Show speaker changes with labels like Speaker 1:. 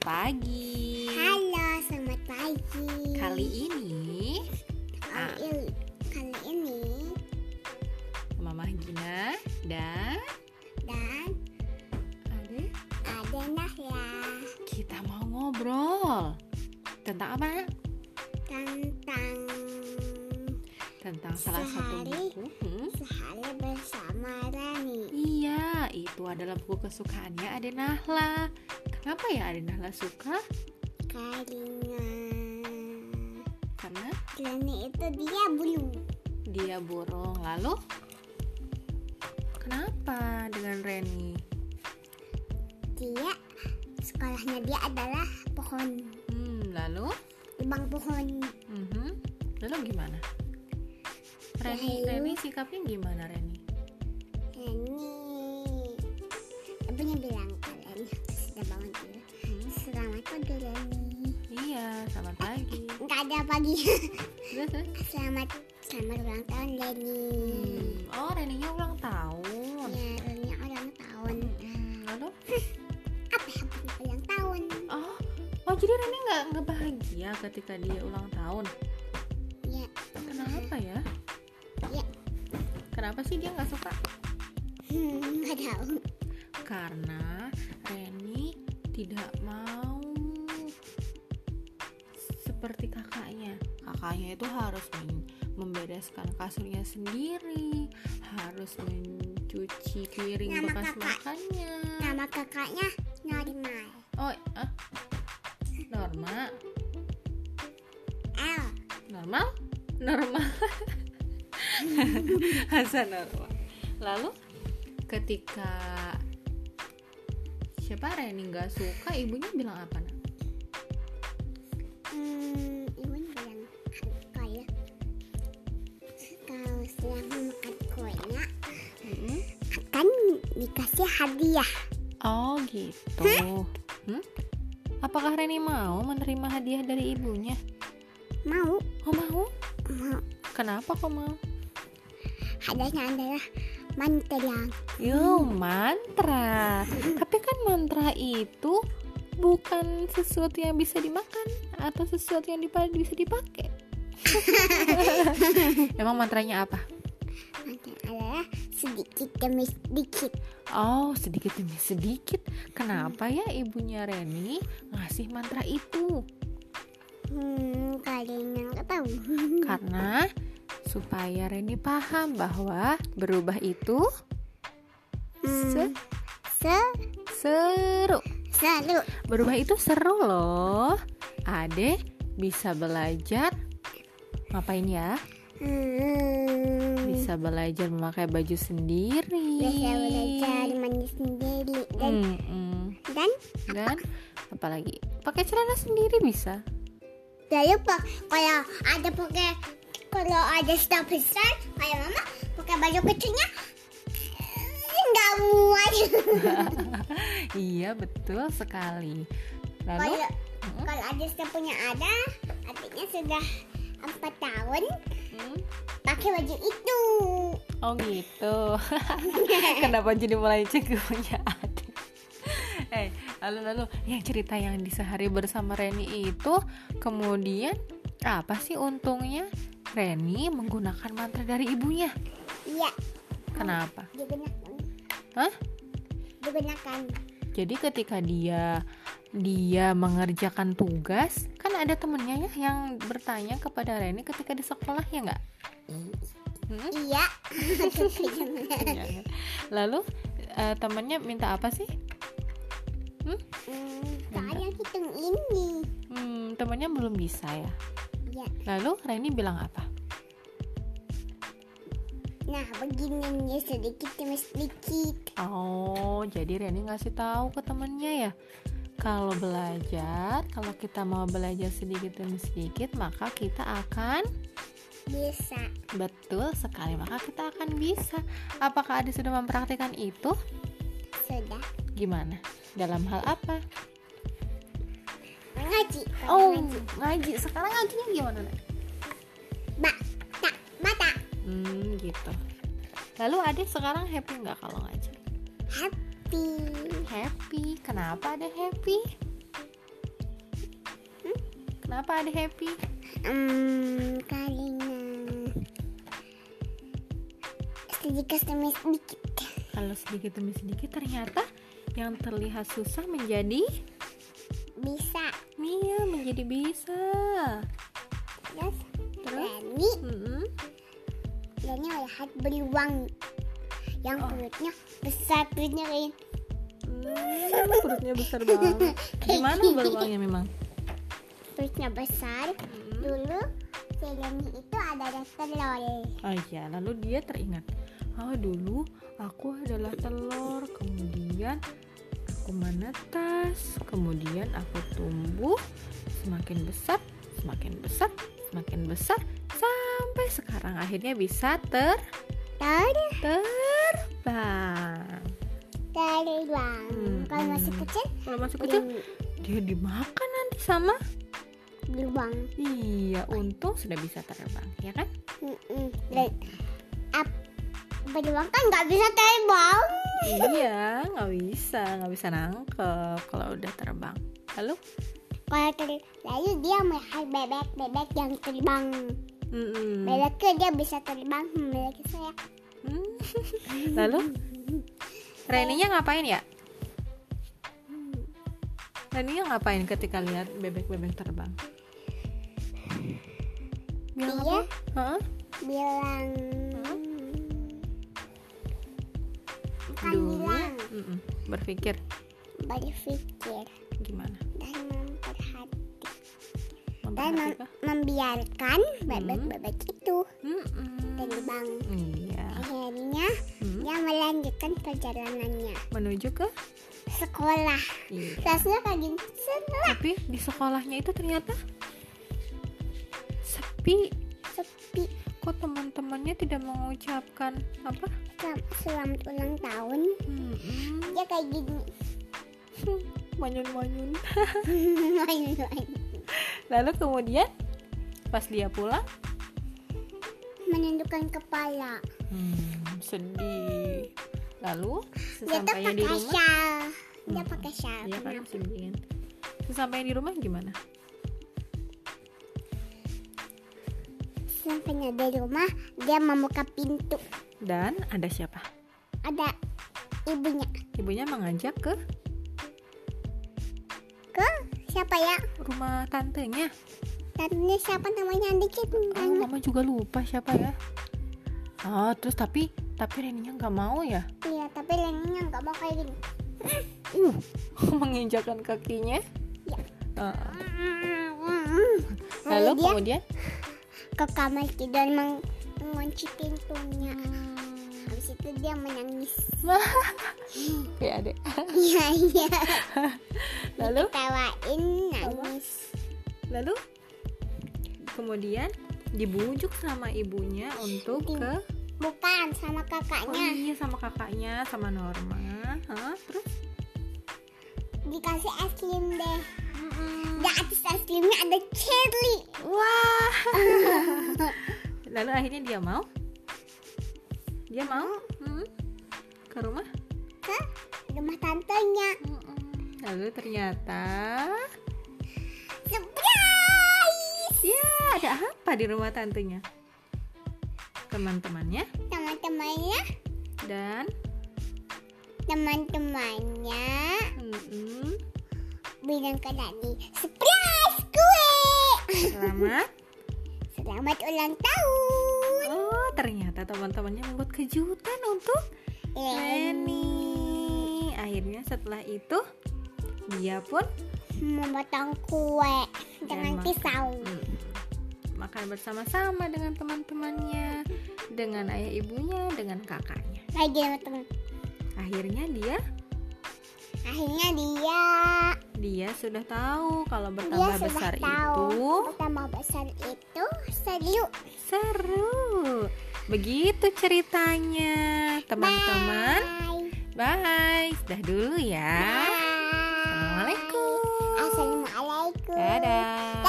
Speaker 1: pagi.
Speaker 2: Halo, selamat pagi.
Speaker 1: Kali ah. ini
Speaker 2: Kali ini, kali ini
Speaker 1: Mama Gina dan
Speaker 2: dan
Speaker 1: Ade
Speaker 2: ada Nahya
Speaker 1: kita mau ngobrol tentang apa? Nak?
Speaker 2: tentang
Speaker 1: Tentang salah satu
Speaker 2: Sehari.
Speaker 1: buku. Hmm?
Speaker 2: sehari bersama Rani.
Speaker 1: Iya, itu adalah buku kesukaannya Ade Nahla. Kenapa ya Ade Nahla suka?
Speaker 2: Karena
Speaker 1: Karena
Speaker 2: Rani itu dia bulu.
Speaker 1: dia burung. Lalu kenapa dengan Reni?
Speaker 2: Dia sekolahnya dia adalah pohon,
Speaker 1: Hmm, lalu?
Speaker 2: lubang pohon.
Speaker 1: Mhm. Lalu gimana? Reni,
Speaker 2: Lalu-
Speaker 1: Reni sikapnya gimana Reni?
Speaker 2: Rani, abangnya bilang kalian sudah bangun dulu.
Speaker 1: Hmm,
Speaker 2: Selamat pagi Rani.
Speaker 1: iya, selamat pagi.
Speaker 2: Enggak ada pagi.
Speaker 1: Terus, terus?
Speaker 2: Selamat selamat ulang tahun Leni.
Speaker 1: Hmm, Oh, Reninya ulang tahun.
Speaker 2: Ya, Leni ulang tahun.
Speaker 1: Hmm, Lalu?
Speaker 2: Apa yang punya ulang tahun?
Speaker 1: Oh, oh jadi Reni nggak nggak bahagia ketika dia ulang tahun?
Speaker 2: Ya,
Speaker 1: Kenapa ya?
Speaker 2: Iya.
Speaker 1: Kenapa sih dia nggak suka?
Speaker 2: hmm, nggak tahu.
Speaker 1: Karena Reni tidak mau seperti kakaknya. Kakaknya itu harus men- membereskan kasurnya sendiri, harus mencuci piring
Speaker 2: Nama
Speaker 1: bekas
Speaker 2: kakak.
Speaker 1: makannya.
Speaker 2: Nama kakaknya normal.
Speaker 1: Oh, ah. Norma,
Speaker 2: L.
Speaker 1: normal, normal. Hasan normal. Lalu ketika siapa Reni nggak suka, ibunya bilang apa nak?
Speaker 2: Hmm, ibunya bilang apa ya? Kalau siang makan kuenya akan dikasih hadiah.
Speaker 1: Oh gitu. Hmm? Apakah Reni mau menerima hadiah dari ibunya?
Speaker 2: Mau?
Speaker 1: Oh mau?
Speaker 2: Mau.
Speaker 1: Kenapa kok mau?
Speaker 2: Hadiahnya adalah mantel
Speaker 1: Yo mantra. Tapi kan mantra itu bukan sesuatu yang bisa dimakan atau sesuatu yang dipa- bisa dipakai. Emang mantranya apa?
Speaker 2: Mantel adalah sedikit demi sedikit.
Speaker 1: Oh, sedikit demi sedikit. Kenapa ya ibunya Reni ngasih mantra itu?
Speaker 2: Hmm, kalian yang nggak tahu.
Speaker 1: Karena supaya Reni paham bahwa berubah itu
Speaker 2: Hmm,
Speaker 1: se-
Speaker 2: se
Speaker 1: seru.
Speaker 2: seru.
Speaker 1: Berubah itu seru loh. Ade bisa belajar ngapain ya?
Speaker 2: Hmm,
Speaker 1: Bisa belajar memakai baju sendiri.
Speaker 2: bisa belajar mandi sendiri dan
Speaker 1: Hmm. Mm-mm.
Speaker 2: dan
Speaker 1: Dan apalagi pakai celana sendiri bisa.
Speaker 2: jangan lupa kalau ada pakai kalau ada stop besar kayak mama pakai baju kecilnya eh, nggak muat.
Speaker 1: Iya betul sekali. Lalu
Speaker 2: Kalau
Speaker 1: Mm-mm.
Speaker 2: kalau ada stop punya ada artinya sudah empat tahun
Speaker 1: Mm.
Speaker 2: pakai baju itu.
Speaker 1: Oh gitu. Kenapa jadi mulai cekunya Ade? Eh, lalu lalu yang cerita yang di sehari bersama Reni itu kemudian apa sih untungnya Reni menggunakan mantra dari ibunya?
Speaker 2: Iya,
Speaker 1: Kenapa?
Speaker 2: digunakan.
Speaker 1: Hah?
Speaker 2: Digunakan.
Speaker 1: Jadi ketika dia dia mengerjakan tugas kan ada temennya ya yang bertanya kepada Reni ketika di sekolah ya nggak? Hmm?
Speaker 2: Iya.
Speaker 1: Iya, kan? Lalu eh, temennya minta apa sih?
Speaker 2: Hmm, soalnya hitung ini.
Speaker 1: Hmm, temennya belum bisa ya.
Speaker 2: Iya.
Speaker 1: Lalu Reni bilang apa?
Speaker 2: Nah, begini sedikit demi sedikit.
Speaker 1: Oh, jadi Reni ngasih tahu ke temennya ya. Kalau belajar, kalau kita mau belajar sedikit demi sedikit, maka kita akan
Speaker 2: Bisa.
Speaker 1: betul sekali. Maka kita akan bisa. Apakah Adi sudah mempraktikkan itu?
Speaker 2: Sudah.
Speaker 1: Gimana? Dalam hal apa?
Speaker 2: Mengaji.
Speaker 1: Oh, ngaji. Sekarang ngajinya gimana? Nek?
Speaker 2: Ba tak bata.
Speaker 1: Hmm, gitu. Lalu Ade sekarang happy nggak kalau ngaji?
Speaker 2: Happy.
Speaker 1: Happy. Kenapa Ade happy? Hmm? Kenapa Ade happy?
Speaker 2: Hmm, karena sedikit demi sedikit.
Speaker 1: Kalau sedikit demi sedikit ternyata yang terlihat susah menjadi
Speaker 2: Bisa.
Speaker 1: Mia menjadi bisa.
Speaker 2: Terus,
Speaker 1: Terus?
Speaker 2: Leni,
Speaker 1: Mm-mm.
Speaker 2: Leni melihat beruang yang
Speaker 1: Oh.
Speaker 2: perutnya besar perutnya kayak
Speaker 1: Hmm, perutnya besar banget. Gimana beruangnya memang?
Speaker 2: perutnya besar.
Speaker 1: Mm-hmm.
Speaker 2: Dulu si Leni itu adalah telur.
Speaker 1: Oh iya, lalu dia teringat. Oh dulu aku adalah telur, kemudian aku menetas, kemudian aku tumbuh semakin besar, semakin besar, semakin besar sampai sekarang akhirnya bisa ter
Speaker 2: Telur
Speaker 1: terbang.
Speaker 2: terbang.
Speaker 1: Hmm,
Speaker 2: Kalau
Speaker 1: hmm.
Speaker 2: masih kecil,
Speaker 1: Kalau masih kecil
Speaker 2: beli
Speaker 1: dia dimakan nanti sama.
Speaker 2: beruang.
Speaker 1: Iya, untung sudah bisa terbang, ya kan?
Speaker 2: Mm-mm. Dan ap, beruang kan nggak bisa terbang.
Speaker 1: iya, nggak bisa, nggak bisa nangkep kalau udah terbang. Lalu
Speaker 2: Kalau ter- lalu dia melihat bebek-bebek yang terbang.
Speaker 1: Mm-hmm. Mm-mm.
Speaker 2: Bebeknya dia bisa terbang memiliki sayap.
Speaker 1: Hmm. Lalu Reninya ngapain ya? Reninya ngapain ketika lihat bebek-bebek terbang? Bilang apa?
Speaker 2: Dia
Speaker 1: Hah?
Speaker 2: bilang bukan
Speaker 1: Dulu
Speaker 2: bilang
Speaker 1: mm-mm, berpikir
Speaker 2: berpikir
Speaker 1: gimana?
Speaker 2: dan memperhatikan dan mem-
Speaker 1: Memperhatikan?
Speaker 2: membiarkan bebek-bebek
Speaker 1: Hmm.
Speaker 2: itu
Speaker 1: Mm-mm.
Speaker 2: terbang.
Speaker 1: Iya.
Speaker 2: Akhirnya
Speaker 1: Hmm.
Speaker 2: dia melanjutkan perjalanannya
Speaker 1: Menuju ke?
Speaker 2: sekolah.
Speaker 1: Iya.
Speaker 2: Kelasnya kayak gini. Sekolah.
Speaker 1: Tapi di sekolahnya itu ternyata sepi.
Speaker 2: sepi
Speaker 1: Kok teman-temannya tidak mengucapkan apa?
Speaker 2: Selam- selamat ulang tahun
Speaker 1: Mm-mm.
Speaker 2: dia kayak gini
Speaker 1: manyun-manyun.
Speaker 2: main-main
Speaker 1: Lalu kemudian pas dia pulang,
Speaker 2: menundukkan kepala
Speaker 1: sedih. Lalu
Speaker 2: dia tuh
Speaker 1: sesampainya di
Speaker 2: pakai
Speaker 1: rumah,
Speaker 2: syal dia
Speaker 1: Hmm.
Speaker 2: pakai syal
Speaker 1: ya kan
Speaker 2: kenapa?
Speaker 1: sedih. kan? Sesampainya di rumah gimana?
Speaker 2: sampainya di rumah dia membuka pintu
Speaker 1: Dan ada siapa?
Speaker 2: ada ibunya
Speaker 1: Ibunya mengajak ke
Speaker 2: ke siapa ya
Speaker 1: rumah tantenya.
Speaker 2: tantenya siapa namanya dikit
Speaker 1: Oh,
Speaker 2: kan
Speaker 1: mama juga lupa siapa ya. Oh, terus tapi tapi Reninya nggak mau ya?
Speaker 2: iya tapi Leninya nggak mau kayak gini
Speaker 1: Uh, menginjakan kakinya.
Speaker 2: Ya.
Speaker 1: Ah,
Speaker 2: lalu
Speaker 1: lalu
Speaker 2: dia
Speaker 1: kemudian
Speaker 2: ke kamar tidur meng- mengunci pintunya habis itu dia menangis
Speaker 1: kayak adek.
Speaker 2: iya iya
Speaker 1: Ya, Lalu
Speaker 2: diketawain nangis
Speaker 1: Lalu kemudian dibujuk sama ibunya untuk ke
Speaker 2: bukan
Speaker 1: oh
Speaker 2: sama kakaknya
Speaker 1: iya sama kakaknya sama Norma. Hah? Terus
Speaker 2: dikasih es krim deh di atas es krimnya ada cherry wah
Speaker 1: lalu akhirnya dia mau? Dia mau Hmm? ke rumah?
Speaker 2: ke rumah tantenya
Speaker 1: Lalu ternyata
Speaker 2: surprise
Speaker 1: ya ada apa di rumah tantenya? Teman-temannya
Speaker 2: teman-temannya
Speaker 1: dan
Speaker 2: teman-temannya
Speaker 1: mm-mm,
Speaker 2: bilang ke Dani surprise kue
Speaker 1: selamat.
Speaker 2: selamat ulang tahun
Speaker 1: Oh ternyata teman-temannya membuat kejutan untuk Lenny. Akhirnya setelah itu dia pun
Speaker 2: memotong kue dengan
Speaker 1: makan.
Speaker 2: pisau
Speaker 1: mm, makan bersama-sama dengan teman-temannya, dengan ayah ibunya, dengan kakaknya.
Speaker 2: lagi sama teman
Speaker 1: Akhirnya dia
Speaker 2: akhirnya dia
Speaker 1: dia sudah tahu kalau
Speaker 2: dia
Speaker 1: bertambah
Speaker 2: sudah
Speaker 1: besar
Speaker 2: tahu
Speaker 1: itu
Speaker 2: bertambah besar itu seru
Speaker 1: seru. Begitu ceritanya, teman-teman. Bye.
Speaker 2: Bye.
Speaker 1: Sudah dulu ya.
Speaker 2: Bye.
Speaker 1: Assalamualaikum.
Speaker 2: assalamualaikum
Speaker 1: Dadah.